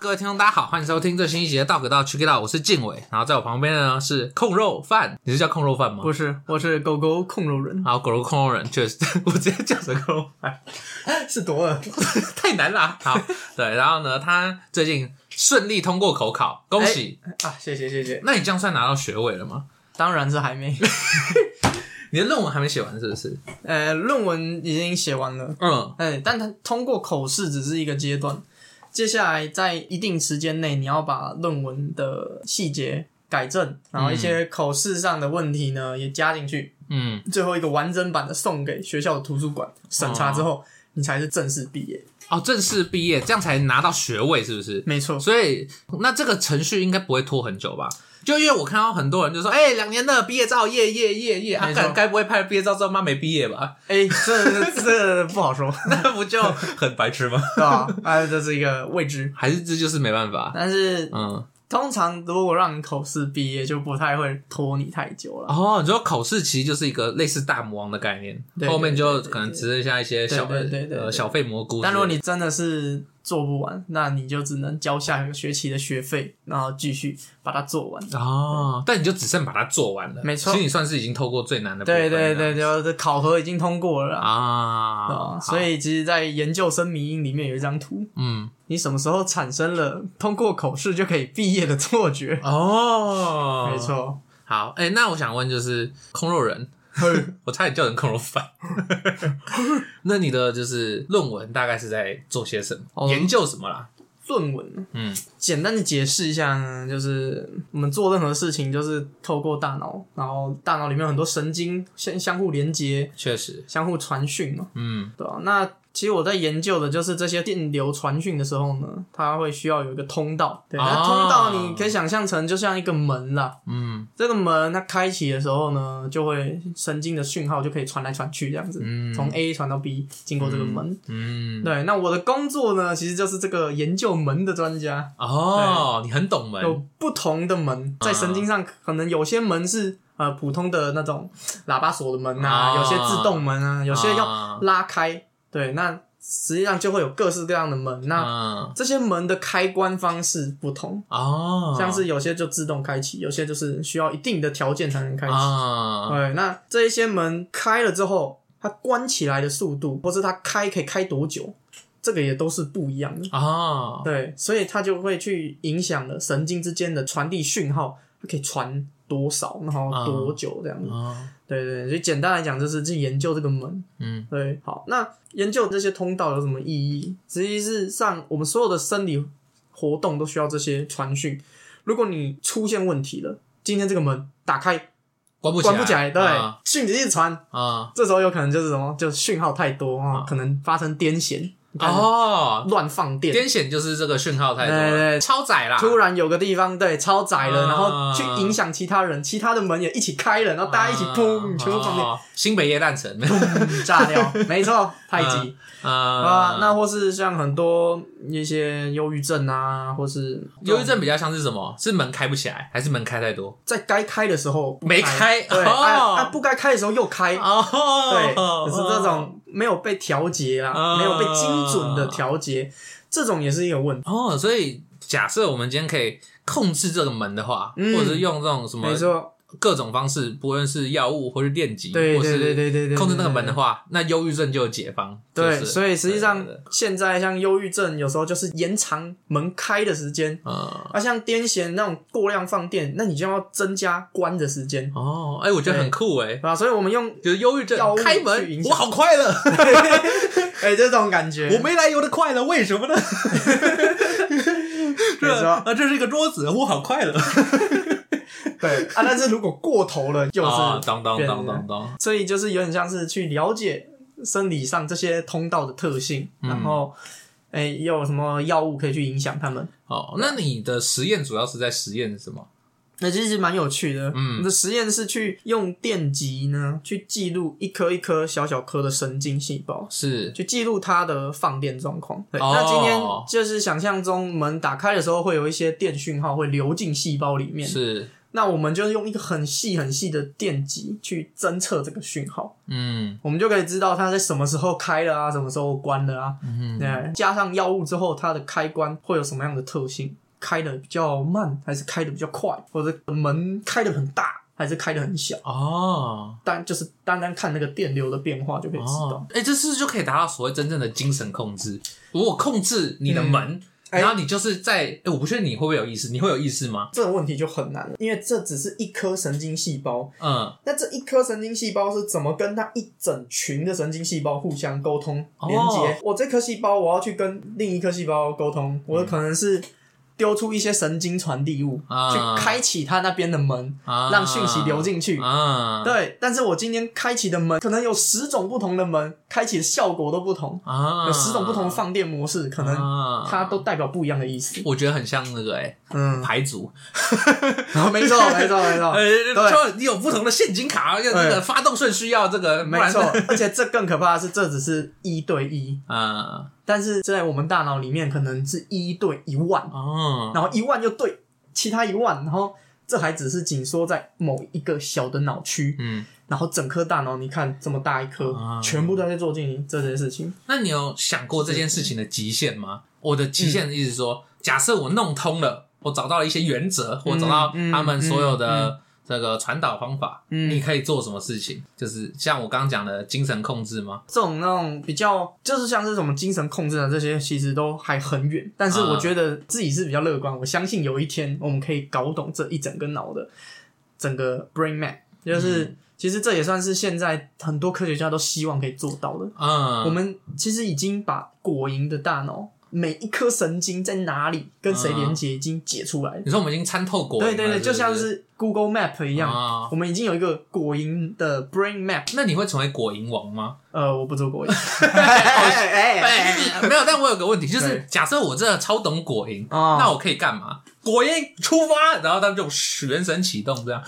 各位听众，大家好，欢迎收听最新一集的《道可道去 K 道》，我是静伟，然后在我旁边的呢是控肉饭，你是叫控肉饭吗？ 不是，我是狗狗控肉人，好，狗肉控肉人，确实，我直接叫成控肉饭， 是多饿。太难啦。好，对，然后呢，他最近顺利通过口考，恭喜！ 啊！谢谢谢谢，那你这样算拿到学位了吗？当然是还没。 你的论文还没写完是不是？呃，论文已经写完了，嗯，哎，但它通过口试只是一个阶段，接下来在一定时间内，你要把论文的细节改正，然后一些口试上的问题呢也加进去，嗯，最后一个完整版的送给学校的图书馆审查之后，你才是正式毕业。哦，正式毕业，这样才拿到学位是不是？没错，所以那这个程序应该不会拖很久吧？就因为我看到很多人就说，哎、两年的毕业照，耶耶耶耶，啊，没错该该不会拍了毕业照之后妈没毕业吧？哎，这这不好 说， 那不就很白痴吗？对吧？啊，这是一个未 知，还是这就是没办法？但是嗯，通常如果让你口试毕业，就不太会拖你太久了。哦，你说口试其实就是一个类似大魔王的概念，对后面就对对对可能只剩下一些小对对对对呃对小费蘑菇之类的。但如果你真的是做不完，那你就只能交下一个学期的学费，然后继续把它做完。哦，但你就只剩把它做完了，没错其实你算是已经透过最难的部分对了，对对，就是考核已经通过了啦。啊，啊、好所以其实，在研究生迷因里面有一张图，嗯，你什么时候产生了通过口试就可以毕业的错觉？哦，没。错，好，哎、那我想问就是空肉人， 我差点叫人空肉 饭。那你的就是论文大概是在做些什么？哦研究什么啦？论文嗯，简单的解释一下呢，就是我们做任何事情，就是透过大脑，然后大脑里面有很多神经相相互连接、确实，相互传讯嘛，嗯对吧、那其实我在研究的就是这些电流传讯的时候呢，它会需要有一个通道，对，那哦通道你可以想象成就像一个门啦，嗯这个门它开启的时候呢，就会神经的讯号就可以传来传去这样子，嗯从 A 传到 B，经过这个门。嗯，对，那我的工作呢，其实就是这个研究门的专家。哦，你很懂门，有不同的门，在神经上可能有些门是呃普通的那种喇叭锁的门啊，啊有些自动门啊，有些要要拉开。对，那实际上就会有各式各样的门。那那这些门的开关方式不同，哦，像是有些就自动开启，有些就是需要一定的条件才能开启。啊，对，那这一些门开了之后，它关起来的速度，或是它开可以开多久，这个也都是不一样的。哦，对，所以它就会去影响了神经之间的传递讯号，它可以传多少，然后啊多久这样子。哦，对对，对所以简单来讲，就是去研究这个门。嗯对，好，那研究这些通道有什么意义？实际是上我们所有的生理活动都需要这些传讯。如果你出现问题了，今天这个门打开关不关不起来，对啊，讯息一直传，啊这时候有可能就是什么，就讯号太多啊，啊可能发生癫痫，你看哦，乱放电，癫痫就是这个讯号太多对对了，对超载啦，突然有个地方对超窄啊了，然后去影响其他人，其他的门也一起开了，然后大家一起砰，全部放电，哦啊新北耶诞城砰炸掉，没错，太极 啊啊，那或是像很多一些忧郁症啊，或是忧郁症比较像是什么？是门开不起来，还是门开太多？在该开的时候不没开对，哦啊啊不该开的时候又开，哦对，可是这种没有被调节哦啦，没有被精准的调节，这种也是一个问题，哦，所以假设我们今天可以控制这个门的话，嗯或者是用这种什么没错，各种方式，不论是药物或是电击，对或对对是对对对，控制那个门对的话，那忧郁症就有解放。对，就是所以实际上对对对现在像忧郁症，有时候就是延长门开的时间，嗯，啊，像癫痫那种过量放电，那你就要增加关的时间，哦，哎，我觉得很酷哎对，吧？所以我们 用就是忧郁症药物开去门影，响我好快乐，哎、这种感觉， 我没来由的快乐，为什么呢？没这错， 啊，这是一个桌子，我好 快乐。对啊，但是如果过头了，就是、哦，当当当当当，所以就是有点像是去了解生理上这些通道的特性，嗯然后哎、有什么药物可以去影响它们。哦，那你的实验主要是在实验什么？那其实蛮有趣的。嗯我的实验是去用电极呢，去记录一颗一颗小小颗的神经细胞，是去记录它的放电状况。对，哦那今天就是想象中门打开的时候，会有一些电讯号会流进细胞里面。是那我们就用一个很细很细的电极去侦测这个讯号，嗯我们就可以知道它在什么时候开了啊，什么时候关了啊。嗯哼，对，加上药物之后，它的开关会有什么样的特性？开的比较慢，还是开的比较快，或者门开的很大，还是开的很小？哦单就是单单看那个电流的变化就可以知道哦。，哎、这是不是就可以达到所谓真正的精神控制？如果控制你的门，哎然后你就是在，哎、我不确定你会不会有意识，你会有意识吗？这个问题就很难了，因为这只是一颗神经细胞，嗯，那这一颗神经细胞是怎么跟它一整群的神经细胞互相沟通哦连接？我这颗细胞我要去跟另一颗细胞沟通，我可能是丢出一些神经传递物，啊去开启它那边的门，啊让讯息流进去。啊，对，但是我今天开启的门可能有十种不同的门，开启的效果都不同，啊，有十种不同的放电模式，可能啊它都代表不一样的意思。我觉得很像那个哎、嗯，牌组， 没错，没错，没错呃、。就你有不同的陷阱卡，要那个哦对发动顺序要这个，不没然错，而且这更可怕的是，这只是一对一， 啊，但是在我们大脑里面可能是一对一万，哦，然后一万又对其他一万，然后这还只是紧缩在某一个小的脑区，嗯，然后整颗大脑你看这么大一颗啊，全部都在做进行这件事情。那你有想过这件事情的极限吗？我的极限的意思是说，嗯假设我弄通了，我找到了一些原则，我找到他们所有的这个传导方法，嗯你可以做什么事情？就是像我刚刚讲的精神控制吗？这种那种比较，就是像是什么精神控制啊，这些其实都还很远。但是我觉得自己是比较乐观，我相信有一天我们可以搞懂这一整个脑的整个 brain map，就是、嗯其实这也算是现在很多科学家都希望可以做到的。嗯，我们其实已经把果蝇的大脑每一颗神经在哪里跟谁连接已经解出来了。你说我们已经参透果蝇了，对对是啊对，不就像是 Google Map 一一样，我们已经有一个果蝇的 brain map。那你会成为果蝇王吗？呃，我不做果蝇。 哎哎，没有，但我有个问题，就是对假设我真的超懂果蝇，哦那我可以干嘛？果蝇出发，然后他们就原神启动这样，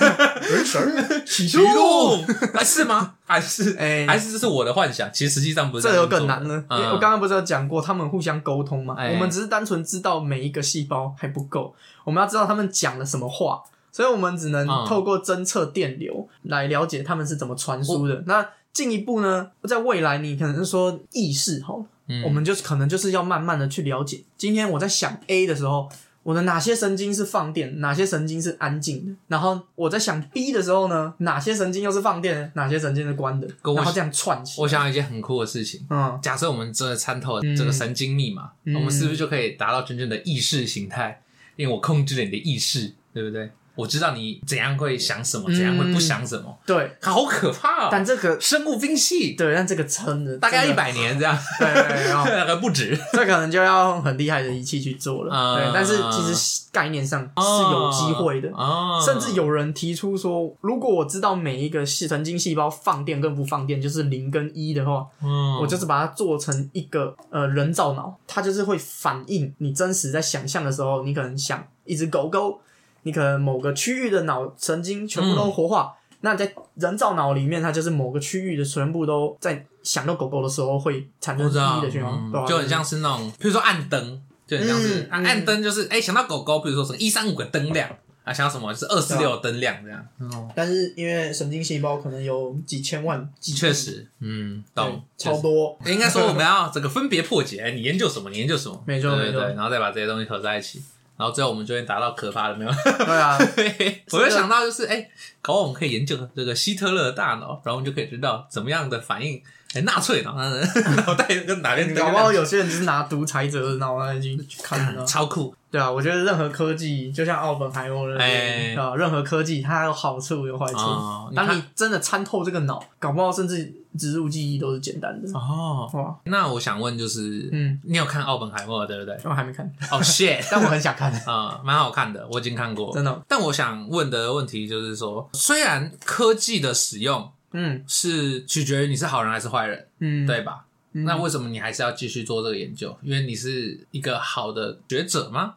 人神起启动， 啊是吗？还是哎还是这是我的幻想？其实实际上不是这样有做的更难了，因为嗯我刚刚不是有讲过，他们互相沟通嘛？哎我们只是单纯知道每一个细胞还不够，我们要知道他们讲了什么话，所以我们只能嗯透过侦测电流来了解他们是怎么传输的。那进一步呢，在未来你可能是说意识好了，嗯我们就是可能就是要慢慢的去了解。今天我在想 A 的时候，我的哪些神经是放电，哪些神经是安静的？然后我在想 B 的时候呢，哪些神经又是放电的，哪些神经是关的？跟我然后这样串起来。我想到一件很酷的事情。嗯，假设我们真的参透了这个神经密码，嗯我们是不是就可以达到真正的意识形态？因为我控制了你的意识，对不对？我知道你怎样会想什么，嗯怎样会不想什么，对，好可怕、哦！但这个生物兵器对，但这个撑的大概一真的，百年这样，对对对哦， 那个不止。这可能就要用很厉害的仪器去做了。啊对，但是其实概念上是有机会的。哦，甚至有人提出说，如果我知道每一个细神经细胞放电跟不放电，就是零跟一的话，嗯，我就是把它做成一个呃人造脑，它就是会反映你真实在想象的时候，你可能想一只狗狗，你可能某个区域的脑神经全部都活嗯化，那在人造脑里面，它就是某个区域的全部都在想到狗狗的时候会产我生知道一的循环，嗯对吧就很像是那种，比如说暗灯，就很像是嗯啊嗯暗灯，就是哎想到狗狗，比如说什么一三五个灯亮啊，想到什么就是二四对六灯亮这样。哦，但是因为神经细胞可能有几千万，几确实，嗯，对懂，超多，应该说我们要这个分别破解，哎你研究什么，你研究什么，没错对对没错对，然后再把这些东西合在一起，然后最后我们就会达到可怕 的没有？ 对啊，我就想到就是，哎、搞不好我们可以研究这个希特勒的大脑，然后我们就可以知道怎么样的反应，哎、纳粹脑脑袋跟哪边搞不好有些人就是拿独裁者的脑袋去看 到。超酷，对啊，我觉得任何科技就像奥本海默那哎边啊，任何科技它有好处有坏处。哦你看当你真的参透这个脑，搞不好甚至植入记忆都是简单的。哦。哇，那我想问就是， 嗯，你有看奥本海默对 不对？我还没看，哦、shit，但我很想看，啊、蛮好看的，我已经看过。 真的哦。但我想问的问题就是说，虽然科技的使用嗯是取决于你是好人还是坏人，嗯，对吧？嗯，那为什么你还是要继续做这个研究？因为你是一个好的学者吗？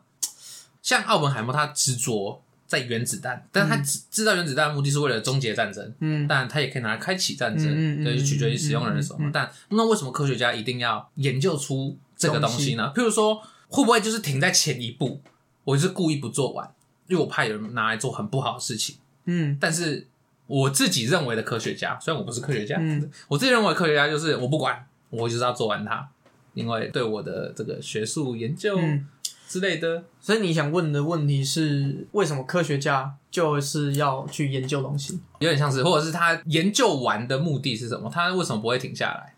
像奥本海默，他执着在原子弹，但他制制造原子弹的目的是为了终结战争，嗯但他也可以拿来开启战嗯争，嗯嗯对，就取决于使用人的手嘛。嗯嗯嗯但那为什么科学家一定要研究嗯出这个东西呢？譬如说，会不会就是停在前一步，我就是故意不做完？右派有人拿来做很不好的事情，嗯但是我自己认为的科学家，虽然我不是科学家，嗯我自己认为的科学家就是我不管，我就是要做完它，因为对我的这个学术研究嗯。之类的，所以你想问的问题是，为什么科学家就是要去研究东西？有点像是，或者是他研究完的目的是什么？他为什么不会停下来？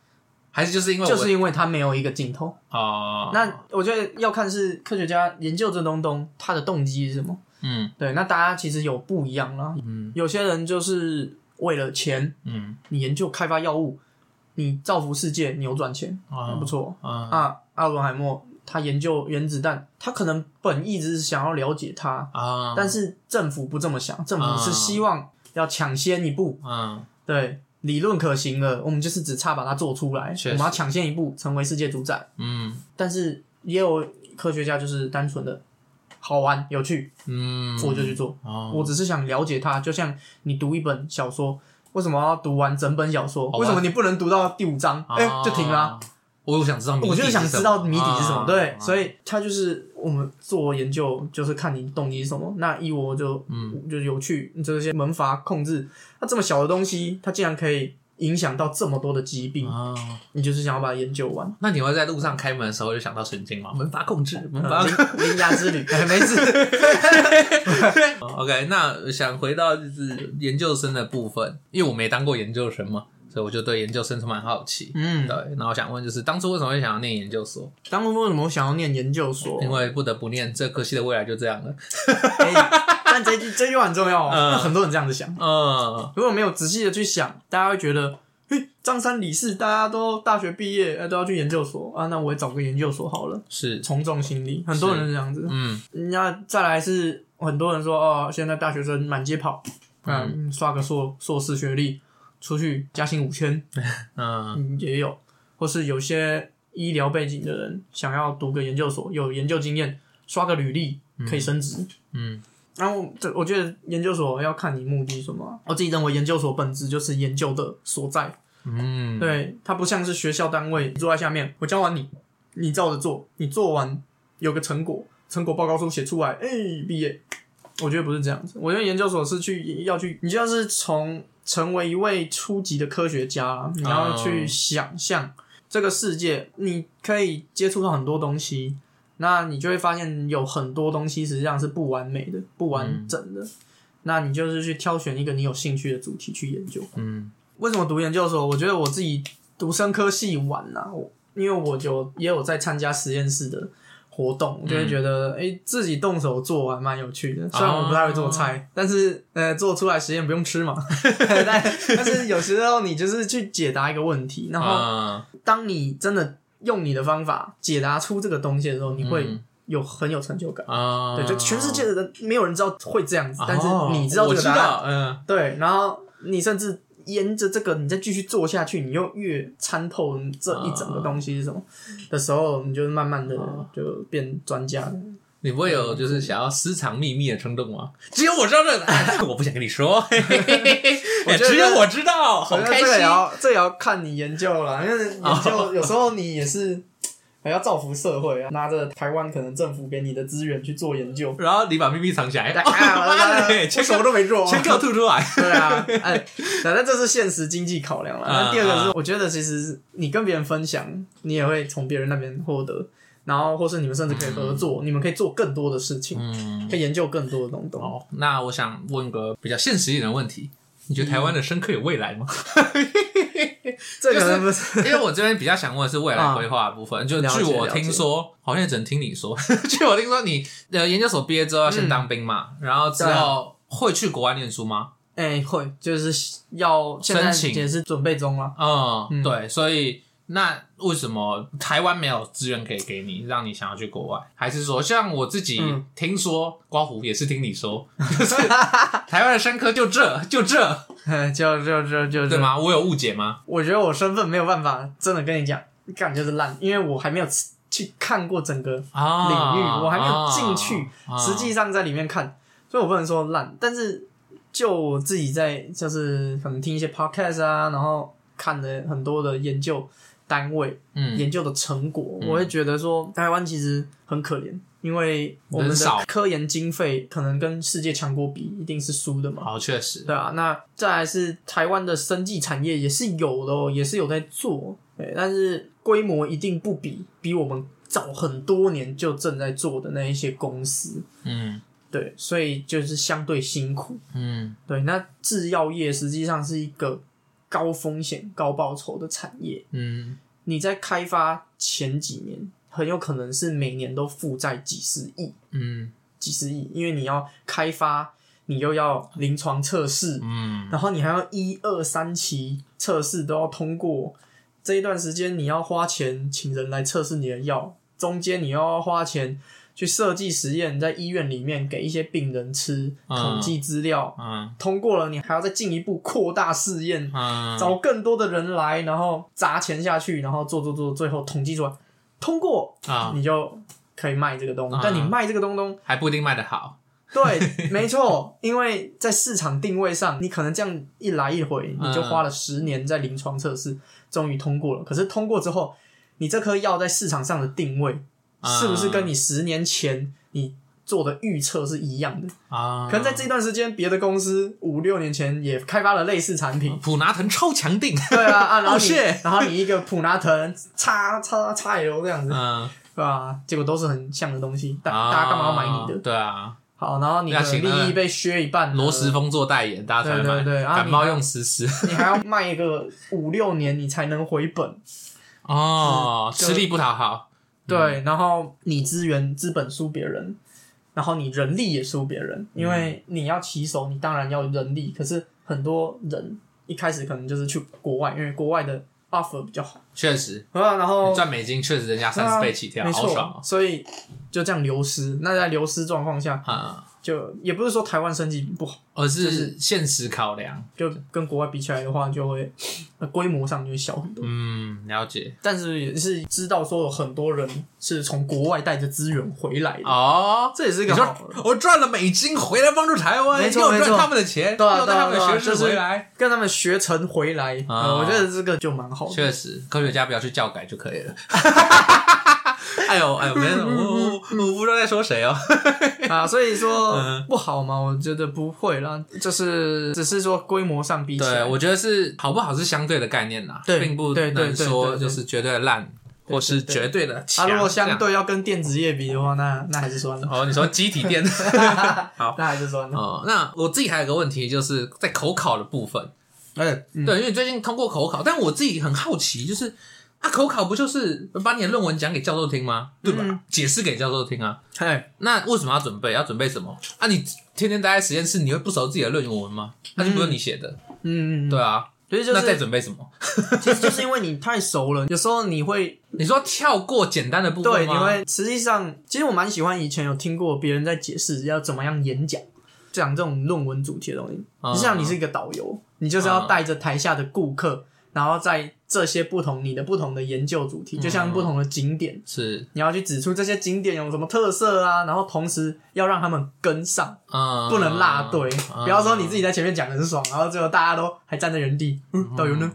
还是就是因为我就是因为它没有一个尽头。啊、那我觉得要看是科学家研究这东东，他的动机是什么。嗯对，那大家其实有不一样啦。嗯有些人就是为了钱，嗯你研究开发药物，你造福世界，你有赚钱，啊很不错。啊啊，阿伦海默他研究原子弹，他可能本意只是想要了解它，啊！但是政府不这么想，政府是希望要抢先一步，嗯对理论可行了，我们就是只差把它做出来，确我实们要抢先一步成为世界主宰。嗯但是也有科学家就是单纯的好玩有趣，嗯，我就去做，哦，我只是想了解它，就像你读一本小说。为什么要读完整本小说？好吧为什么你不能读到第五章？哎、啊就停了啊、我有想知道谜底我是什么，就是想知道谜底是什么，啊哦对，啊所以他就是我们做研究，就是看你动机是什么。那一我就嗯就有趣，这些门阀控制，那这么小的东西，它竟然可以影响到这么多的疾病，啊，你就是想要把它研究完。那你会在路上开门的时候就想到神经吗？哦门阀控制，门阀呃 控制。灵灵牙 之旅，哎没事， OK，那想回到就是研究生的部分，因为我没当过研究生嘛，所以我就对研究生充满好奇。嗯对，，那我想问，就是当初为什么会想要念研究所？当初为什么我想要念研究所？因为不得不念，这科系的未来就这样了。 哎 但这句这句话很重要哦，嗯那很多人这样子想。嗯，如果没有仔细的去想，大家会觉得，嘿，张三李四大家都大学毕业，呃，都要去研究所啊，那我也找个研究所好了，是，从众心理，很多人是这样子。嗯那再来是很多人说，哦，现在大学生满街跑，嗯，刷个硕硕士学历，出去加薪五千，嗯嗯，也有，或是有些医疗背景的人想要读个研究所，有研究经验，刷个履历可以升职。嗯然后这我觉得研究所要看你目的是什么啊。我自己认为研究所本质就是研究的所在，嗯，对它不像是学校单位坐在下面，我教完你，你照着做，你做完有个成果，成果报告书写出来，哎，毕业。我觉得不是这样子，我觉得研究所是去要去，你就要是从成为一位初级的科学家啦，你要去想象这个世界，你可以接触到很多东西，那你就会发现有很多东西实际上是不完美的、不完整的。那你就是去挑选一个你有兴趣的主题去研究。嗯为什么读研究所？我觉得我自己读生科系晚啦、我因为我就也有在参加实验室的活动，我就会觉得嗯诶自己动手做还蛮有趣的。虽然我不太会做哦菜，但是呃做出来实验不用 吃嘛。但但是有时候你就是去解答一个问题，然后啊，当你真的用你的方法解答出这个东西的时候，你会嗯有很有成就感。啊，对，就全世界的人没有人知道会这样子哦，，但是你知道我这个知答案。道，嗯对，然后你甚至沿着这个，你再继续做下去，你又越参透这一整个东西是什么、的时候，你就慢慢的哦就变专家了。你不会有就是想要私藏秘密的冲动吗？嗯只有我知道这个答案， 我不想跟你说，嘿嘿嘿嘿我觉得哎只有我知道，好我觉得开这心个也。要这个也要看你研究啦，因为研究有时候你也是还要造福社会啊，拿着台湾可能政府给你的资源去做研究。 然后你把秘密藏起来，哎哦妈的，我钱什么都没做、啊，钱给我吐出来。对啊，哎，反正这是现实经济考嗯量了。那第二个是，我觉得其实你跟别人分享，你也会从别人那边获得，然后或是你们甚至可以合作，你们可以做更多的事情，嗯，哦可以研究更多的东东。好， 那我想问个比较现实一点的问题，你觉得台湾的生科有未来吗？这可能不是， 因为我这边比较想问的是未来规划的部分，就啊了解据我了解听说，好像也只能听你说。 据我听说，你的研究所毕业之后要先当兵嘛，然后之嗯对啊后会去国外念书吗？哎，会就是要现在申请也是准备中了。 嗯，嗯对，所以那为什么台湾没有资源可以给你，让你想要去国外？还是说，像我自己嗯听说，刮胡也是听你 说，就是台湾的生科就这就这，就就就就对这？吗？我有误解吗？我觉得我身份没有办法真的跟你讲，感觉是烂，因为我还没有去看过整个啊，领域，我还没有进去，啊实际上在里面看，所以我不能说烂，但是就我自己在就是可能听一些 podcast 啊，然后看了很多的研究，单位嗯，研究的成果，嗯我会觉得说台湾其实很可怜，因为我们人少的科研经费可能跟世界强国比一定是输的嘛。好，确实，对啊，那再来是台湾的生技产业也是有的哦，也是有在做，对，但是规模一定不比比我们早很多年就正在做的那一些公司，嗯对，所以就是相对辛苦。嗯对，那制药业实际上是一个高风险高报酬的产业，嗯，你在开发前几年很有可能是每年都负债几十亿、嗯几十亿，因为你要开发，你又要临床测试，嗯，然后你还要一二三期测试都要通过，这一段时间你要花钱请人来测试你的药，中间你又要花钱去设计实验，在医院里面给一些病人吃，嗯统计资料，嗯通过了你还要再进一步扩大试验，嗯，找更多的人来，然后砸钱下去，然后做做做，最后统计出来通过，啊，你就可以卖这个东西嗯。但你卖这个东东，还不一定卖得好，对，没错，因为在市场定位上，你可能这样一来一回，嗯你就花了十年在临床测试，终于通过了。可是通过之后，你这颗药在市场上的定位，嗯是不是跟你十年前你做的预测是一样的？啊，可能在这段时间，别的公司五六年前也开发了类似产品，普拿藤超强定，对啊， 啊，然后 Oh 你 shit 然后你一个普拿藤叉叉叉 L 这样子，嗯，对吧？结果都是很像的东西，大大家干嘛要买你啊？的对啊，好，然后你的要请那个利益被削一半了，罗时丰做代言，大家才会买，对对对啊感冒用实施你还要卖个五六年，你才能回本。哦，就吃力不讨好，对，然后你资源资本输别人，然后你人力也输别人，因为你要骑手，你当然要人力，可是很多人一开始可能就是去国外，因为国外的 offer 比较好，确实啊，然后赚美金确实人家三十倍起跳，没好爽错哦，所以就这样流失。那在流失状况下，啊，就也不是说台湾升级不好，而就是是现实考量，就跟国外比起来的话，就会呃规模上就会小很多。嗯，了解但是也是知道说有很多人是从国外带着资源回来的，哦。这也是一你个说好我赚了美金回来帮助台湾，没又错赚没错他们的钱，对啊又带他们对的啊对啊学士就是回来，跟他们学成回来，啊呃我觉得这个就蛮好的。确实，科学家不要去教改就可以了。 哎呦哎呦，没有，我我我不知道在说谁哦。啊，所以说嗯不好嘛，我觉得不会啦，就是只是说规模上比 起对，来，我觉得是好不好是相对的概念啦，对并不对对能对说对对就是绝对的烂或是对绝对的 啊，强。如果这相样对要跟电子业比的话，那那还是算了，哦，你说机体 电好。那还是算了。哦，那我自己还有个问题，就是在口考的部分，哎，嗯对，因为最近通过口考，但我自己很好奇，就是啊，口考不就是把你的论文讲给教授听吗？对吧？嗯解释给教授听啊，嘿，那为什么要准备？要准备什么啊？你天天待在实验室，你会不熟自己的论文吗？那就不是你写的，嗯，嗯，对啊。其实就那再是准备什么？其实就是因为你太熟了，有时候你会你说跳过简单的部对，分你吗？会实际上，其实我蛮喜欢以前有听过别人在解释要怎么样演讲，讲这种论文主题的东西。嗯就像你是一个导游，啊你就是要带着台下的顾客，然后在这些不同你的不同的研究主嗯题，就像不同的景点，是，你要去指出这些景点有什么特色啊，然后同时要让他们跟上，嗯，不能落队。嗯不要说你自己在前面讲得很爽，然后最后大家都还站在原地，嗯，导游 呢？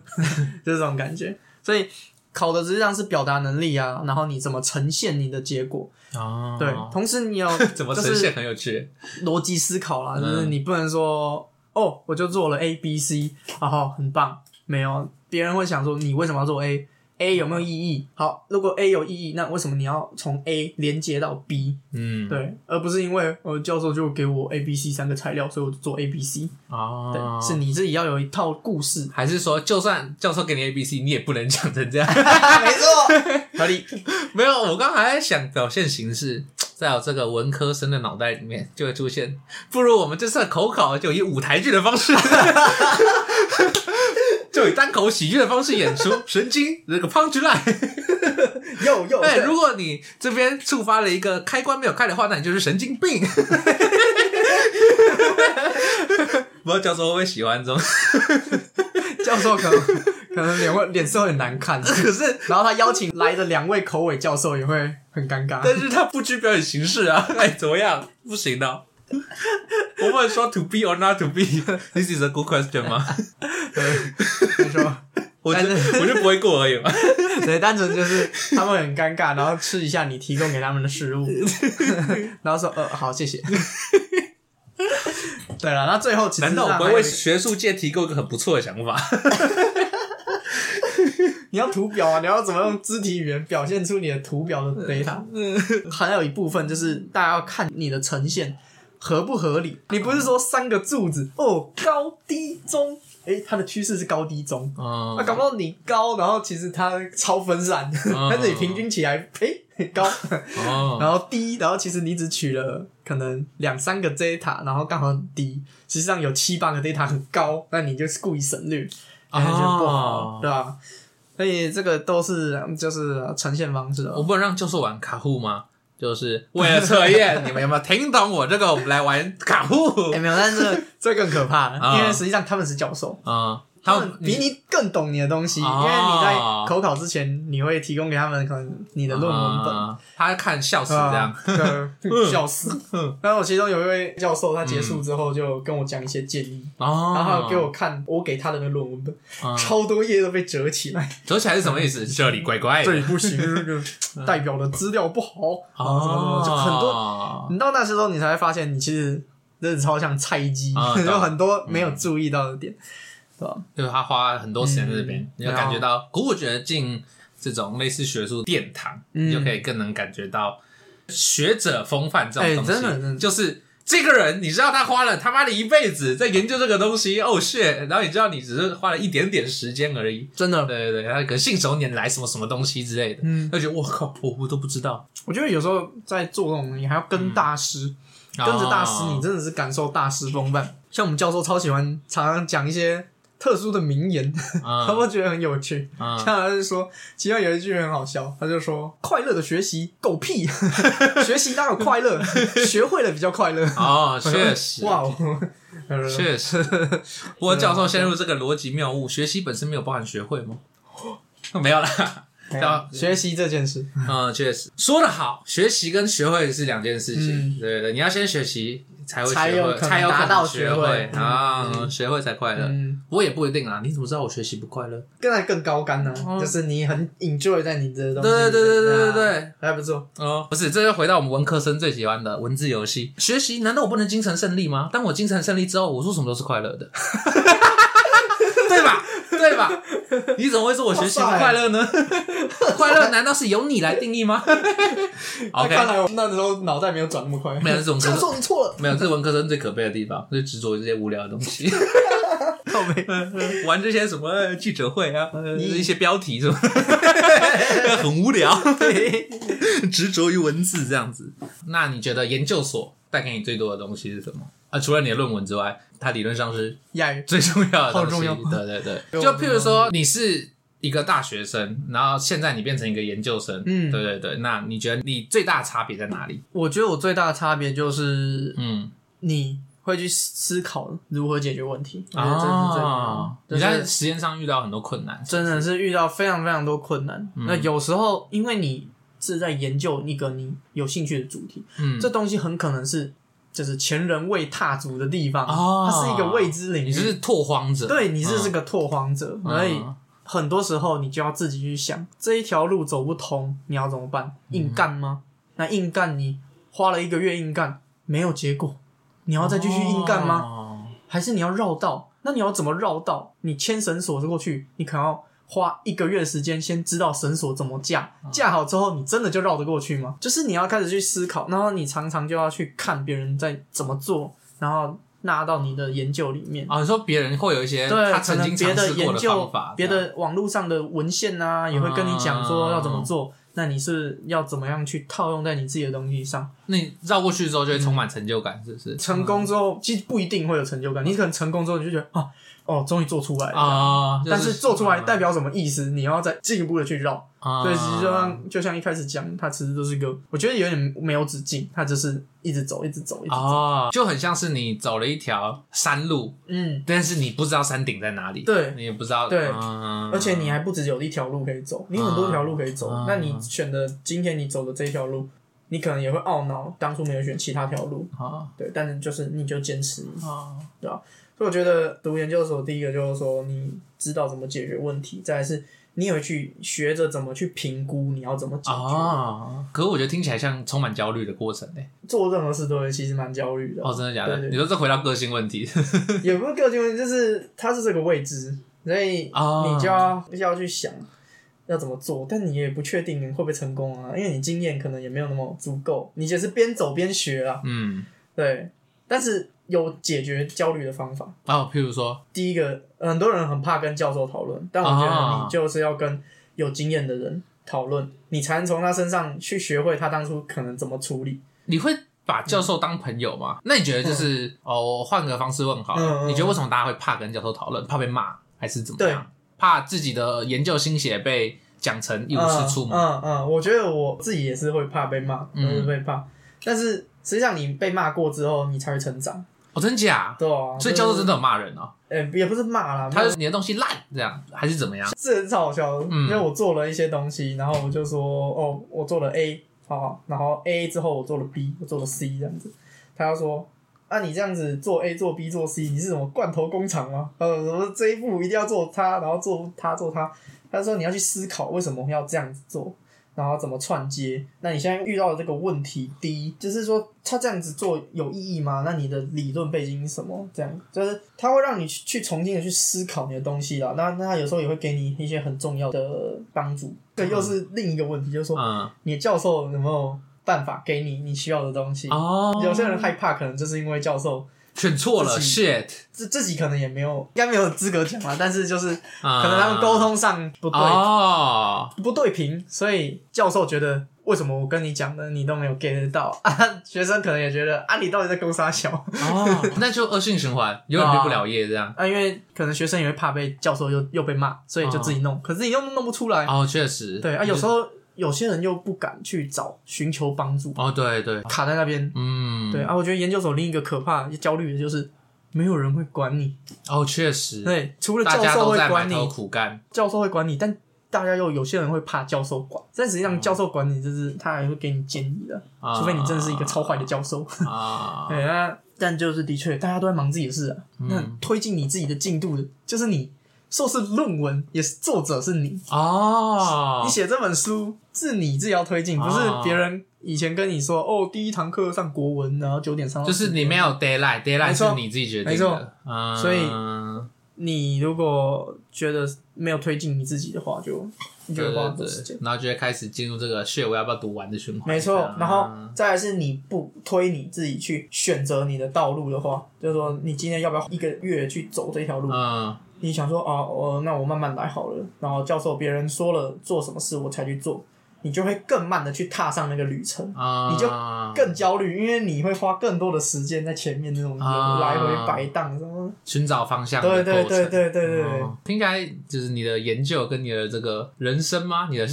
就是这种感觉。所以考的实际上是表达能力啊，然后你怎么呈现你的结果。哦，对，同时你有 怎么啊就呈是现很有趣逻辑思考啦，嗯就是你不能说哦，我就做了 A B C，然后很棒，没有别人会想说你为什么要做 A。A 有没有意义？好，如果 A 有意义，那为什么你要从 A 连接到 B？嗯，对，而不是因为呃教授就给我 A、B、C 三个材料，所以我就做 A、B、C。对，哦，。是你自己要有一套故事还是说，就算教授给你 A B C，你也不能讲成这样？ 没 错，合理。 没有，我刚还在想表现形式，在我这个文科生的脑袋里面就会出现，不如我们这次的口考就以舞台剧的方式，就以单口喜剧的方式演出，神经那个 punch line。 又又哎，如果你这边触发了一个开关没有开的话，那你就是神经病。 不知道教授会不会喜欢这种？ 教授可能 可能脸会脸色会很难看，可是，然后他邀请来的两位口尾教授也会很 尴尬。但是他不拘表演形式啊！ 哎，怎么样？不行的、我不能说 to be or not to be，this is a good question 吗？对，没错。我就但是我就不会过而已嘛。 对，单纯就是他们很尴尬，然后吃一下你提供给他们的食物， 然后说呃好谢谢。 对了，那最后其实难道我上不还会有为一个学术界提供一个很不错的想法？你要图 表啊，你要怎么用肢体语言表现出你的图表嗯的 data？还有一部分就是大家要看你的呈现合不合理。你不是说三个柱子哦，高低中，诶、它的趋势是高低中。啊嗯那搞不好你高，然后其实它超分散，嗯 但是你平均起来，诶、高，哦，然后低，然后其实你只取了可能两三个 data，然后刚好很低，实际上有七八个 data 很高，那你就是故意省略，哦感觉不好，对吧？所以这个都是嗯就是呈现方式我哦。不能让教授玩卡户吗？就是为了测验，你们有没有听懂我这个？我们来玩卡户哎、没有，但是这更可怕了，啊因为实际上他们是教授， 啊！他他们们比你更懂你的东西，因哦为你在口考之前，你会提供给他们可能你的论文本。啊他看笑死这样嗯啊， 对，笑死。然后我其中有一位教授，他结束之后就跟我讲一些建议，哦，然后还有给我看我给他的那论文本，嗯超多页都被折起来。折起来是什么意思？ 这里怪怪这的里不行，这个 代表的资料不好，然后什么什么就很多。哦你到那时候，你才会发现，你其实真的超像菜鸡， 啊有懂很多没有注意到的点，对吧？就是他花很多时间在这边，嗯你就感觉到。可我觉得进这种类似学术殿堂，嗯你就可以更能感觉到学者风范这种东西，哎真的真的就是。这个人，你知道他花了他妈的一辈子在研究这个东西，哦 shit！然后你知道你只是花了一点点时间而已，真的，对对对，他可能信手拈来什么什么东西之类的，嗯，他就觉得我靠，我我都不知道，我觉得有时候在做这种东西，还要跟大师，跟跟着大师，啊你真的是感受大师风范。像我们教授超喜欢常常讲一些特殊的名言， 他啊们觉得很有趣。嗯像他就说，其中有一句很好笑，他就说：“快乐的学习，狗 屁，学习哪有快乐？ 学会了比较快乐。 哦，确实，哇哦，是确 实，不过教授陷入这个逻辑谬误，学习本身没有包含学会吗？ 没有啦，要哎学习这件事，嗯，确实说得好，学习跟学会是两件事情，对对，你要先学习嗯才会学才有会，可能才有可达到能学学会啊，嗯学会才快乐。嗯，我也不一定啊，你怎么知道我学习不快乐？更来更高干呢、嗯啊就是你很 enjoy 在你的东西里面，对对对对对对啊，对，还不错，哦，不是，这就回到我们文科生最喜欢的文字游戏。学习难道我不能精神胜利吗？当我精神胜利之后，我说什么都是快乐的， 对吧？对吧？你怎么会说我学习不快乐呢？ 快乐难道是由你来定义 吗？OK，那看来我那时候脑袋没有转那么快，没有 这种教授你错了，没有，这是文科生最可悲的地方，就执着于这些无聊的东西， 靠背。玩这些什么呃记者会啊，呃嗯一些标题什 么，很无聊，执着于文字这样子。那你觉得研究所带给你最多的东西是什么？啊，除了你的论文之外，它理论上是亚语最重要的东西。好重要对对对， 对就譬如说你是一个大学生，然后现在你变成一个研究生，嗯对对对，那你觉得你最大的差别在哪里？我觉得我最大的差别就是嗯，你会去思考如何解决问题，我觉得这是最啊，哦你在实验上遇到很多困难，真的是遇到非常非常多困难。嗯那有时候因为你是在研究一个你有兴趣的主题，嗯，这东西很可能是就是前人未踏足的地方，哦它是一个未知领域。你是拓荒者，对，你是这嗯个拓荒者，所以嗯很多时候你就要自己去想这一条路走不通，你要怎么办？硬干嗯吗？那硬干你花了一个月硬干没有结果，你要再继续硬干吗？哦还是你要绕道？那你要怎么绕道？你牵绳索过去，你可能要花一个月的时间，先知道绳索怎么架，啊架好之后，你真的就绕得过去吗？就是你要开始去思考，然后你常常就要去看别人在怎么做，然后纳到你的研究里面。哦，你说别人会有一些对，他可曾能经别尝的试过研究方法，、别的网络上的文献啊，也会跟你讲说要怎么做。啊那你是要怎么样去套用在你自己的东西上？那你绕过去之后就会充满成就感，是不是？嗯成功之后，其实不一定会有成就感。你可能成功之后，你就觉得啊，哦，终于做出来了。啊、但是做出来代表，表什么意思？你要再进一步的去绕。啊对，其实就像就像一开始讲，它其实都是一个，我觉得有点没有止境，它就是一直走，一直走，一直走。哦，就很像是你走了一条山路，嗯，但是你不知道山顶在哪里，对你也不知道，对嗯而且你还不只有一条路可以走，你很多条路可以走嗯。那你选的今天你走的这条路，你可能也会懊恼当初没有选其他条路，啊对，但是就是你就坚持，啊，对吧？所以我觉得读研究所第一个就是说你知道怎么解决问题，再来是你也会去学着怎么去评估你要怎么解决，啊！可我觉得听起来像充满焦虑的过程欸呢、做任何事都会其实蛮焦虑的，哦，真的假的？对对你说这回到个性问题也不是个性问题，就是它是这个未知，所以啊 你就要要去想要怎么做，但你也不确定你会不会成功啊，因为你经验可能也没有那么足够，你只是边走边学啊，嗯，对，但是有解决焦虑的方法。哦，譬如说，第一个，很多人很怕跟教授讨论，但我觉得啊你就是要跟有经验的人讨论，你才能从他身上去学会他当初可能怎么处理。你会把教授当朋友吗？那你觉得就是、哦，我换个方式问好了，嗯嗯嗯嗯你觉得为什么大家会怕跟教授讨论？怕被骂还是怎么样？怕自己的研究心血被讲成一无是处吗？嗯嗯嗯，我觉得我自己也是会怕被骂，嗯我是被怕。但是实际上你被骂过之后，你才会成长，哦，真假？嗯对啊。所以教授真的，的有骂人哦，呃、也不是骂啦，他没就有是你的东西烂这样，还是怎么样？这很好笑的，嗯因为我做了一些东西，然后我就说，哦，我做了 A，好好，然后 A 之后我做了 B，我做了 C 这样子，他就说。那、你这样子做 A 做 B 做 C，你是什么罐头工厂吗？呃，什么这一步一定要做它，然后做它做它。他说你要去思考为什么要这样子做，然后怎么串接。那你现在遇到的这个问题，第一就是说他这样子做有意义吗？那你的理论背景是什么？这样就是他会让你去去重新的去思考你的东西啦。那那他有时候也会给你一些很重要的帮助。这又是另一个问题，就是说嗯，你的教授有没有办法给你你需要的东西？哦，有些人害怕，可能就是因为教授选错了自己，shit，自自己可能也没有，应该没有资格讲啦。但是就是可可能他们沟通上不对，啊哦，不对平，所以教授觉得为什么我跟你讲的你都没有 get 到 啊？学生可能也觉得啊，你到底在攻啥小 哦，那就恶性循环，永远毕不了业这样。啊？因为可能学生也会怕被教授又又被骂，所以就自己弄，可是你又弄不出来。哦，确实，对啊，有时候，候有些人又不敢去找寻求帮助，哦，对对，卡在那边。嗯，对，啊，我觉得研究所另一个可怕焦虑的就是没有人会管你。哦，确实，对，除了大教家授都会在管埋你，头苦干，教授会管你，但大家又有些人会怕教授管，但实际上教授管你就是他还会给你建议的。啊除非你真的是一个超坏的教授。啊，对啊，但就是的确，大家都在忙自己的事啊。那嗯，推进你自己的进度的，就是你硕士论文也是作者是你，哦你，写这本书是你自己要推进，哦不是别人以前跟你说哦，第一堂课上国文，然后九点上就是你没有 d a y l i g h t d a y l i 没 g h 错 t 是你自己决没定错的，嗯，所以你如果觉得没有推进你自己的话，就你就对会花对很多时间对。，然后就会开始进入这个 shit，我要不要读完的循环？没错嗯，然后再来是你不推你自己去选择你的道路的话，就是说你今天要不要一个月去走这条路？嗯，你想说啊，我、那我慢慢来好了。然后教授别人说了做什么事，我才去做，你就会更慢的去踏上那个旅程，啊，你就更焦虑，因为你会花更多的时间在前面那种啊来回摆荡什么。寻找方向的对对过对程对对对，哦听起来就是你的研究跟你的这个人生吗？你的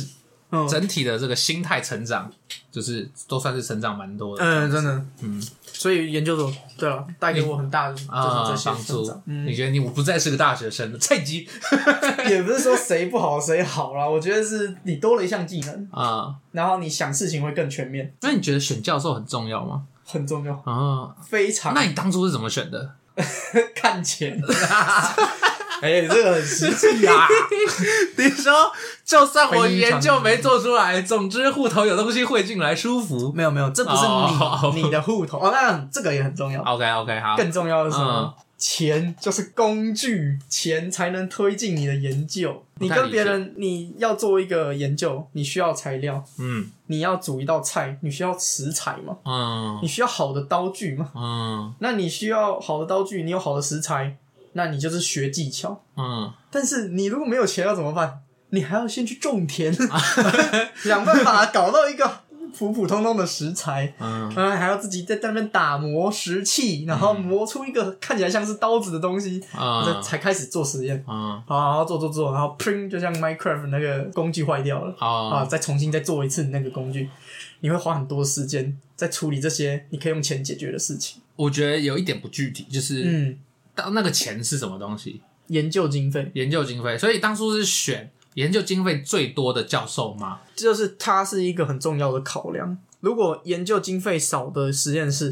嗯整体的这个心态成长，就是都算是成长蛮多的。嗯，真的，嗯所以研究所对了，带给我很大的就是啊这，些帮成助长。。嗯你觉得你我不再是个大学生了，菜鸡 也不是说谁不好谁好啦，我觉得是你多了一项技能，啊？然后你想事情会更全面，那你觉得选教授很重要吗？很重要，啊，非常那你当初是怎么选 的？看 钱。哎、这个很实际啊！你说，就算我研究没做出来，总之户头有东西汇进来，舒服。 没有没有，这不是你、哦 你的户头哦，那这个也很重要。 OK OK，好，更重要的是什么？嗯钱就是工具，钱才能推进你的研究。不你太理解跟别人，你要做一个研究，你需要材料，嗯你要煮一道菜，你需要食材嘛，嗯你需要好的刀具嘛。嗯那你需要好的刀具，你有好的食材，那你就是学技巧。嗯，但是你如果没有钱要怎么办？你还要先去 种田，想办法搞到一个普普通通的食材，嗯，嗯，还要自己在那边打磨石器，然后磨出一个看起来像是刀子的东西，这啊才开始做实验。啊好，然后做做做，然后砰，就像 Minecraft 那个工具坏掉了。啊，啊再重新再做一次你那个工具，你会花很多时间在处理这些你可以用钱解决的事情。我觉得有一点不具体，就是嗯，当那个钱是什么东西？研究经费，研究经费，所以当初是选研究经费最多的教授吗？就是它是一个很重要的考量。如果研究经费少的实验室，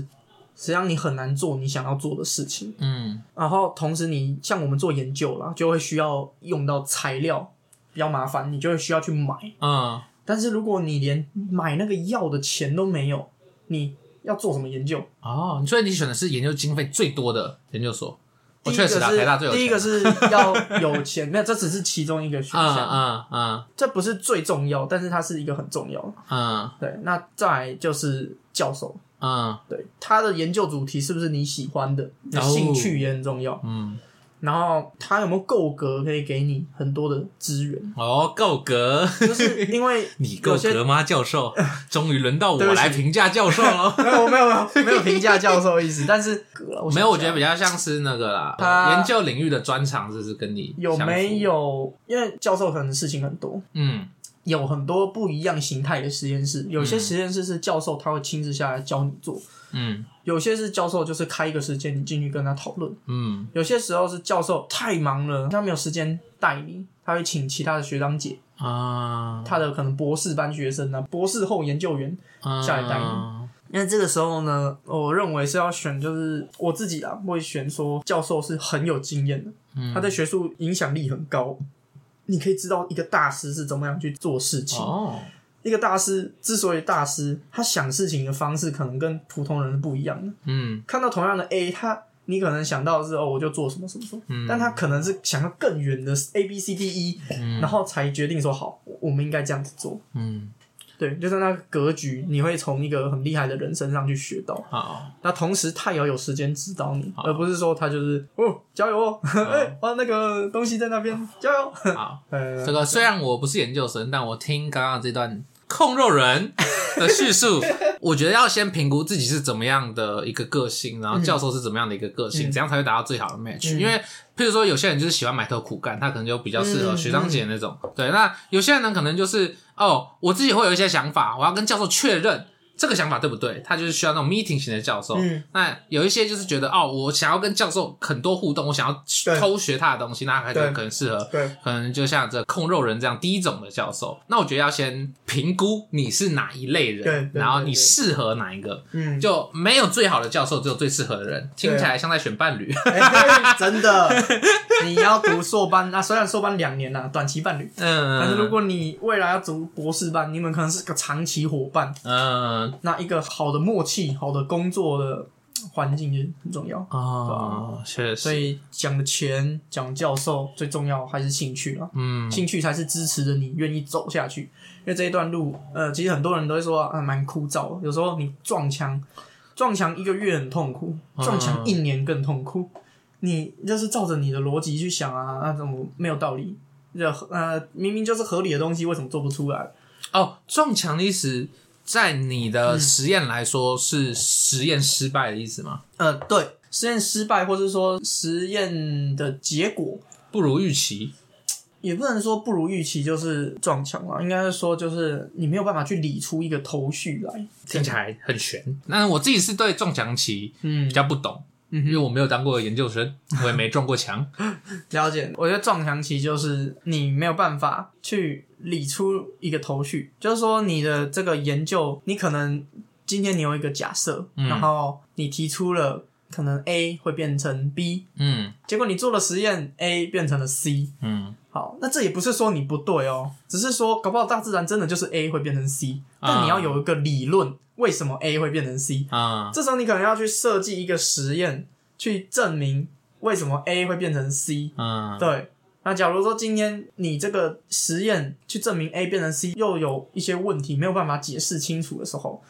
实际上你很难做你想要做的事情。嗯，然后同时你像我们做研究啦，就会需要用到材料，比较麻烦，你就会需要去买。嗯，但是如果你连买那个药的钱都没有，你要做什么研究？哦，所以你选的是研究经费最多的研究所。第我一确个实是啊，台大最有钱。第一个是要有钱，那这只是其中一个 选嗯项，嗯嗯这不是最重要，但是它是一个很重要的。嗯对，那再来就是教授，嗯对他的研究主题是不是你喜欢哦的，你的兴趣也很重要。嗯，然后他有没有够格可以给你很多的资 源，哦，够格。 就是因为你够有些格吗，教 授？终于轮到我对不起来评价教授了。 没有没有没有没有评价教授的 意思，但是没有，我觉得比较较像是那个啦，他研究领域的专长，就是跟你有相符没？有，因为教授可能事情很多，嗯有很多不一样形态的实验室，有些嗯实验室是教授他会亲自下来教你做，嗯有些是教授就是开一个时间你进去跟他讨论，嗯有些时候是教授太忙了，他没有时间带你，他会请其他的学长姐，啊，他的可能博士班学生啊，博士后研究员。嗯下一代 아,那这个时候呢，我认为是要选，就是我自己啊，会选说教授是很有经验的，嗯他在学术影响力很高。你可以知道一个大师是怎么样去做事情。哦，一个大师之所以大师，他想事情的方式可能跟普通人是不一样的。嗯看到同样的 A，他你可能想到的是哦，我就做什么什么什么，嗯，但他可能是想要更远的 A B C D E，、嗯然后才决定说好，我我们应该这样子做。嗯对，就是那个格局，你会从一个很厉害的人身上去学到。好，那同时他也要有时间指导你，好而不是说他就是哦加油哦， 哎哦那个东西在那边加油，好，啊呃这个虽然我不是研究生，但我听刚刚这段控肉人的叙述， 我觉得要先评估自己是怎么样的一个个性，然后教授是怎么样的一个个性，嗯怎样才会达到最好的 match、嗯因为譬如说，有些人就是喜欢埋头苦干，他可能就比较适合学长姐那种。嗯对，那有些人呢，可能就是哦，我自己会有一些想法，我要跟教授确认。这个想法对不对？他就是需要那种 meeting 型的教授。嗯那有一些就是觉得哦，我想要跟教授很多互动，我想要对偷学他的东西，那他就对可能适合对，可能就像这控肉人这样第一种的教授，那我觉得要先评估你是哪一类人，对对然后你对对适合哪一个，嗯，就没有最好的教授，只有最适合的人。听起来像在选伴侣，哎 真的，你要读硕班，那、虽然硕班两年啦、短期伴侣，嗯，但是如果你未来要读博士班，你们可能是个长期伙伴，嗯那一个好的默契、好的工作的环境也很重要。哦，确所实，以讲的钱、讲教授，最重要还是兴趣啦。嗯兴趣才是支持着你愿意走下去。因为这一段路，呃，其实很多人都会说啊，蛮枯燥的。有时候你撞墙，撞墙一个月很痛苦，嗯撞墙一年更痛苦。你就是照着你的逻辑去想啊，那、啊、怎么没有道理？这呃，明明就是合理的东西，为什么做不出来？哦，撞墙的意思，在你的实验来说是实验失败的意思吗？呃，对，实验失败，或是说实验的结果，不如预期，也不能说不如预期，就是撞墙了。应该是说，就是你没有办法去理出一个头绪来。听起来很悬。那我自己是对撞墙期嗯比较不懂，嗯因为我没有当过研究生，我也没撞过墙。了解，我觉得撞墙期就是你没有办法去理出一个头绪，就是说你的这个研究，你可能今天你有一个假设，嗯然后你提出了可能 A 会变成 B，嗯结果你做了实验，A 变成了 C。嗯，好，那这也不是说你不对哦，只是说搞不好大自然真的就是 A 会变成 C，但你要有一个理论，为什么 A 会变成 C？啊，这时候你可能要去设计一个实验，去证明为什么 A 会变成 C。嗯，对，那假如说今天你这个实验去证明 A 变成 C 又有一些问题没有办法解释清楚的时候，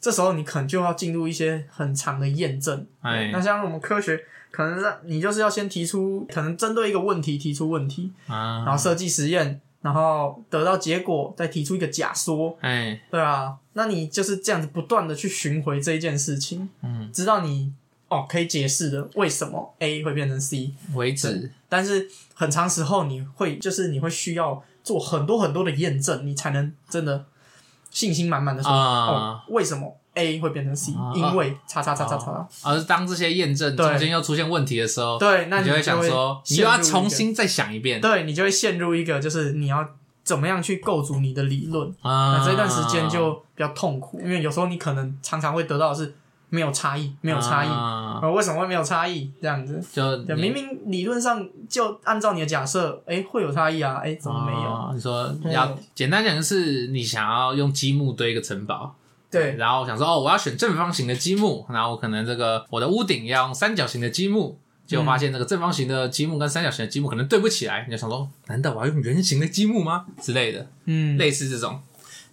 这时候你可能就要进入一些很长的验证。哎那像我们科学，可能让你就是要先提出，可能针对一个问题提出问题，然啊，后设计实验，然后得到结果，再提出一个假说，哎，对啊，那你就是这样子不断的去巡回这一件事情，嗯，直到你哦可以解释的为什么 A 会变成 C，为止，但是很长时候你会就是你会需要做很多很多的验证，你才能真的信心满满的说，啊哦，为什么 A 会变成 C？、啊因为叉叉叉叉叉。而当这些验证对中间又出现问题的时候，对，那你就会想说，你陷又入要一个重，新再想一遍，对你就会陷入一个就是你要怎么样去构筑你的理论。啊那这段时间就比较痛苦，因为有时候你可能常常会得到的是没有差异，没有差异。啊呃，为什么会没有差异？这样子，就对，你明明理论上就按照你的假设，哎、会有差异啊，哎、怎么没有？啊你说对要简单讲，就是你想要用积木堆一个城堡，对，然后想说哦，我要选正方形的积木，然后我可能这个我的屋顶要用三角形的积木。结果发现这个正方形的积木跟三角形的积木可能对不起来，你就想说，难道我要用圆形的积木吗？之类的，嗯，类似这种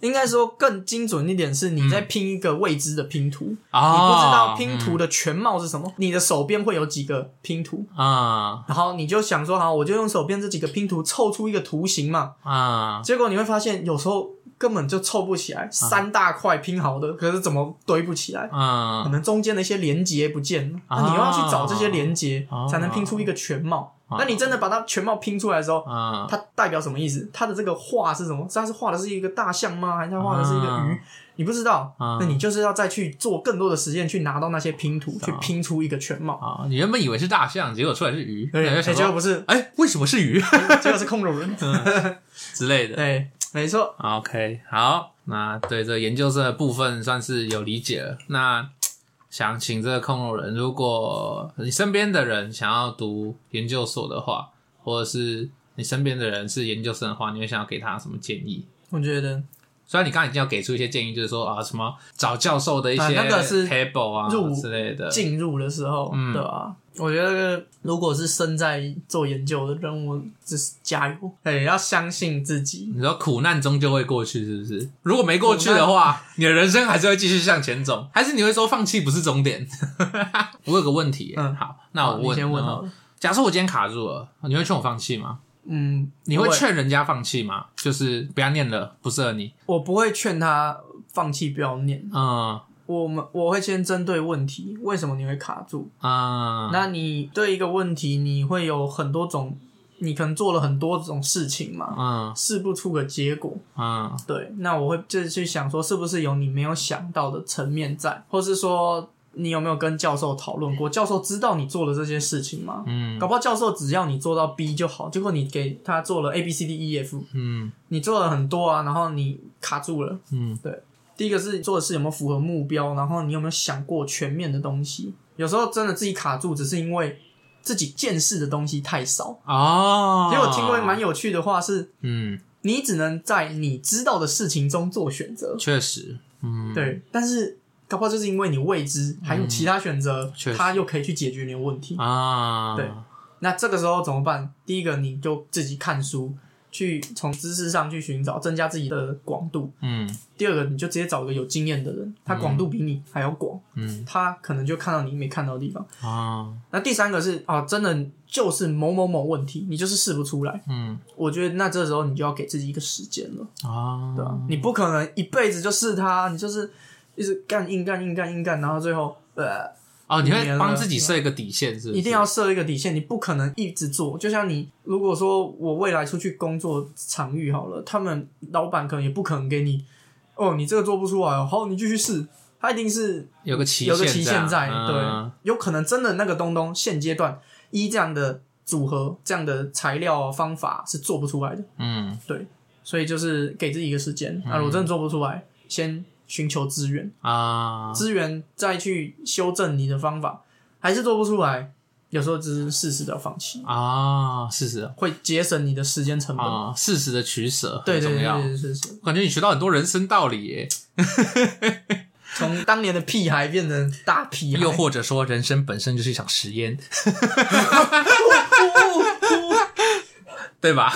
应该说更精准一点是你在拼一个未知的拼图，你不知嗯啊，道拼图的全貌是什么，你的手边会有几个拼图，嗯啊然后你就想说，好，我就用手边这几个拼图凑出一个图形嘛。啊，结果你会发现，有时候根本就凑不起来，三大块拼好的，可是怎么堆不起来？可嗯能中间的一些连接不见了，那、啊你又要去找这些连接，啊才能拼出一个全貌。啊那你真的把它全貌拼出来的时候，嗯，它代表什么意思？它的这个画是什么？它是画的是一个大象吗？还是它画的是一个鱼？啊你不知道，啊那你就是要再去做更多的实验，去拿到那些拼图，啊去拼出一个全貌。啊，你原本以为是大象，结果出来是鱼，对，那哎就想结果说，不是，哎、为什么是鱼结果是空手人。嗯之类的？ 对，没错。 OK，好，那对这个研究生的部分算是有理解了。那想请这个控肉人，如果你身边的人想要读研究所的话，或者是你身边的人是研究生的话，你会想要给他什么建议？我觉得虽然你刚才已经要给出一些建议，就是说啊，什么找教授的一些啊那个是 table 啊入之类的，进入的时候，嗯对吧、我觉得如果是身在做研究的人，我只是加油，哎，要相信自己。你说苦难终究会过去，是不是？如果没过去的话，你的人生还是会继续向前走，还是你会说放弃不是终点？ 我有个问题耶，嗯好，那我你问，先问好嗯了。假设我今天卡住了，你会劝我放弃吗？嗯，你不会劝人家放弃吗？就是不要念了，不适合你。我不会劝他放弃，不要念。嗯我们我会先针对问题，为什么你会卡住？嗯，那你对一个问题，你会有很多种，你可能做了很多种事情嘛，嗯试不出个结果。嗯对，那我会就是去想说，是不是有你没有想到的层面在，或是说你有没有跟教授讨论过？教授知道你做了这些事情吗？嗯搞不好教授只要你做到 B 就好，结果你给他做了 A B C D E F，嗯你做了很多啊，然后你卡住了。嗯第一个是做的事有没有符合目标，然后你有没有想过全面的东西？有时候真的自己卡住，只是因为自己见识的东西太少。哦，因为我听过蛮有趣的话是，嗯，你只能在你知道的事情中做选择，确实，嗯，对。但是搞不好就是因为你未知，还有其他选择嗯确，实它又可以去解决你的问题。啊，对那这个时候怎么办？第一个，你就自己看书，去从知识上去寻找，增加自己的广度。嗯第二个，你就直接找一个有经验的人，他广度比你还要广。嗯他可能就看到你没看到的地方。啊那第三个是啊，真的就是某某某问题，你就是试不出来。嗯我觉得那这时候你就要给自己一个时间了，啊，对吧、你不可能一辈子就试它，你就是一直干硬干硬干硬干，然后最后呃，哦，你五年会了帮自己设一个底线，是不是？一定要设一个底线，你不可能一直做。就像你如果说我未来出去工作场域好了，他们老板可能也不可能给你哦，你这个做不出来哦，好，你继续试。他一定是有个期有个期限在，嗯对，有可能真的那个东东现阶段依这样的组合、这样的材料方法是做不出来的，嗯所以就是给自己一个时间。啊，如果真的做不出来，先寻求资源，啊，资源再去修正你的方法，还是做不出来，有时候只是适时的放弃，啊，事实会节省你的时间成本。啊，事实的取舍很对对重对要。对，是是，我感觉你学到很多人生道理耶，从当年的屁孩变成大屁孩，又或者说，人生本身就是一场实验，对吧？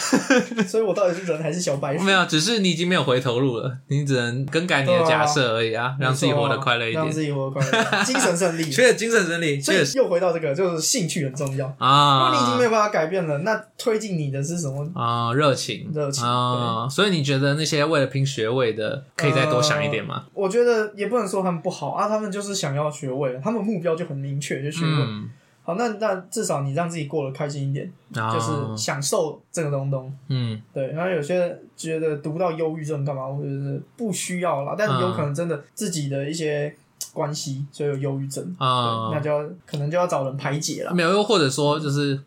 所以我到底是人还是小 白鼠没？有，只是你已经没有回头路了，你只能更改你的对啊假设而已啊，让自己活得快乐一 让自点。己活得快 乐，精神胜利。确实，精神整理所以确实又回到这个，就是兴趣很重要。如果你已经没啊有办法改变了，那推进你的是什么？啊，热情热情啊，所以你觉得那些为了拼学位的，可以再多想一点吗？我觉得也不能说他们不好啊，他们就是想要学位，他们目标就很明确，就学位。嗯，好，那那至少你让自己过得开心一点，啊嗯就是享受这个东东。嗯对，然后有些人觉得读到忧郁症干嘛？我觉得不需要啦，嗯但有可能真的自己的一些关系，所以有忧郁症，啊对，那就要可能就要找人排解了。没有，又或者说就是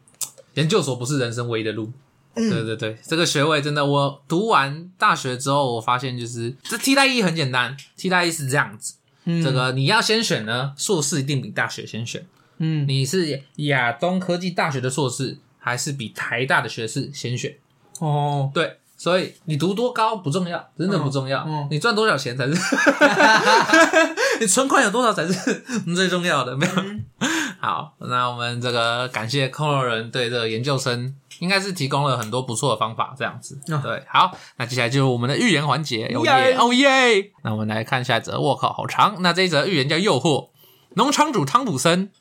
研究所不是人生唯一的路，嗯对对对，这个学位真的，我读完大学之后，我发现就是这替代役很简单，替代役是这样子，嗯这个你要先选呢，硕士一定比大学先选，嗯你是亚东科技大学的硕士，还是比台大的学士先选？哦，对，所以你读多高不重要，真的不重要，嗯嗯你赚多少钱才是， 你存款有多少才是最重要的。没有，嗯好，那我们这个感谢空柔人对这个研究生。应该是提供了很多不错的方法，这样子。嗯对，好，那接下来就是我们的预言环节。哦耶，耶哦耶！那我们来看下一则，我靠，好长。那这一则预言叫诱惑。农场主汤普森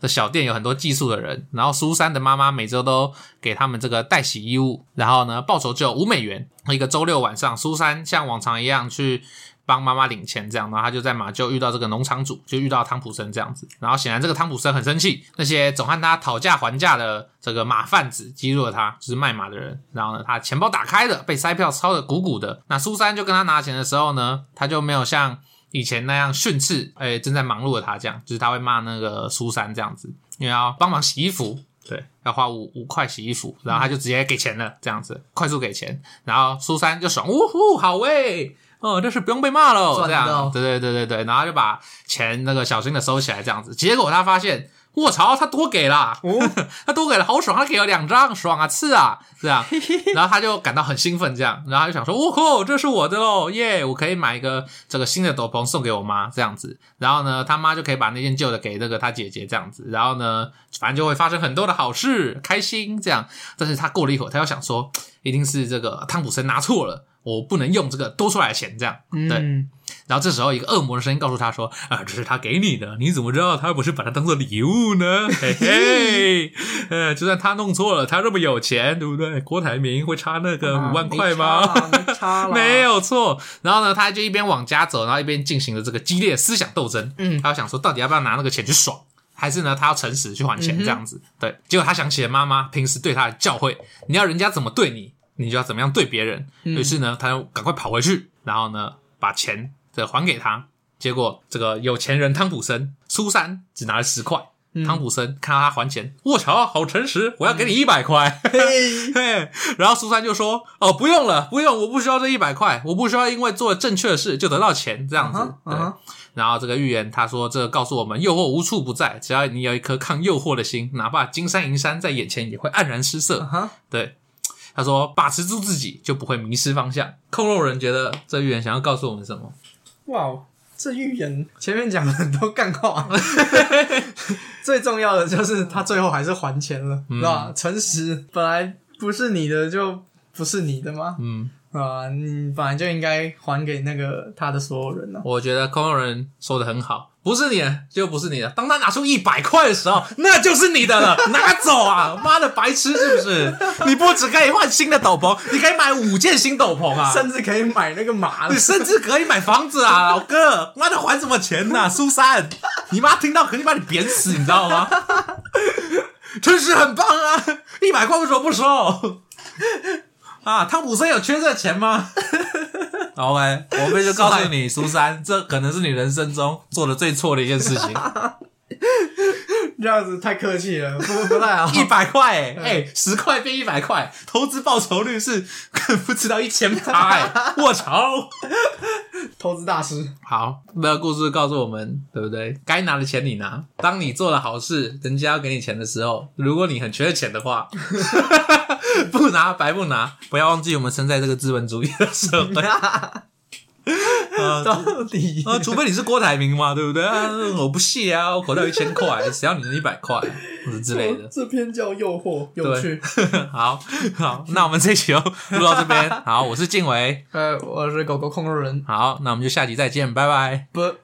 的小店有很多寄宿的人，然后苏珊的妈妈每周都给他们这个代洗衣物，然后呢，报酬只有五美元。一个周六晚上，苏珊像往常一样去帮妈妈领钱，这样，然后她就在马厩遇到这个农场主，就遇到汤普森这样子。然后显然这个汤普森很生气，那些总和他讨价还价的这个马贩子激怒了他，就是卖马的人。然后呢，他钱包打开了，被塞票抄得鼓鼓的。那苏珊就跟他拿钱的时候呢，他就没有像以前那样训斥，哎、正在忙碌的他这样，就是他会骂那个苏珊这样子，因为要帮忙洗衣服，对，要花五五块洗衣服，然后他就直接给钱了，这样子快速给钱，然后苏珊就爽，呜呼，好喂、哦，这是不用被骂喽，赚这样，到对对对对对，然后他就把钱那个小心的收起来这样子，结果他发现。卧槽，他多给啦！他多给了，好爽！他给了两张，爽啊，刺啊， 这样。然后他就感到很兴奋，这样，然后他就想说，哦吼，这是我的喽，耶！我可以买一个这个新的斗篷送给我妈，这样子。然后呢，他妈就可以把那件旧的给那个他姐姐，这样子。然后呢，反正就会发生很多的好事，开心这样。但是他过了一会儿，他又想说，一定是这个汤普森拿错了，我不能用这个多出来的钱，这样。对，嗯，然后这时候，一个恶魔的声音告诉他说：“啊、这是他给你的，你怎么知道他不是把它当做礼物呢？嘿嘿，呃，就算他弄错了，他这么有钱，对不对？郭台铭会差那个五万块吗？啊没差 啦没， 有错。然后呢，他就一边往家走，然后一边进行了这个激烈的思想斗争。嗯他想说，到底要不要拿那个钱去爽，还是呢，他要诚实去还钱这样子？对。结果他想起了妈妈平时对他的教诲，你要人家怎么对你，你就要怎么样对别人。于是呢，他就赶快跑回去，然后呢，把钱这还给他。结果这个有钱人汤普森苏珊只拿了十块。汤普森看到他还钱，卧槽，好诚实！我要给你一百块。嘿 嘿，然后苏珊就说：“哦，不用了，不用，我不需要这一百块，我不需要因为做正确的事就得到钱这样嗯子。哼嗯对哼，然后这个预言他说，这个告诉我们，诱惑无处不在，只要你有一颗抗诱惑的心，哪怕金山银山在眼前也会黯然失色。嗯哼，对，他说把持住自己，就不会迷失方向。控肉人觉得这预言想要告诉我们什么？哇哦，这预言前面讲了很多 干话，最重要的就是他最后还是还钱了，嗯是吧？诚实本来不是你的就不是你的吗？嗯，啊，你本来就应该还给那个他的所有人啊呢。我觉得控肉人说的很好。不是你的就不是你的。当他拿出一百块的时候，那就是你的了，拿走啊！妈的，白痴是不是？你不只可以换新的斗篷，你可以买五件新斗篷 啊！甚至可以买那个 马了你，甚至可以买房子啊， 老哥！妈的，还什么钱呐、苏珊，你妈听到肯定把你扁死，你知道吗？ 真是很棒啊！一百块为什么不收？啊，汤普森有缺这钱吗 ？OK，我们就告诉你，苏珊，这可能是你人生中做的最错的一件事情。这样子太客气了，不不太好。一百块、欸，哎、十块变一百块，投资报酬率是 不知道一千趴，哎，我操！投资 大师，好，那故事告诉我们，对不对？该拿的钱你拿。当你做了好事，人家要给你钱的时候，如果你很缺钱的话， 不拿白不拿。不要忘记，我们身在这个资本主义的社会。啊呃到底呃，除非你是郭台铭嘛，对不对？啊，我不屑啊，我口袋有一千块，谁要你那一百块或者之类 的。这篇叫诱惑，有趣。好好，那我们这期就录到这边。好，我是静伟。呃，我是狗狗控肉人，好，那我们就下集再见，拜拜。不。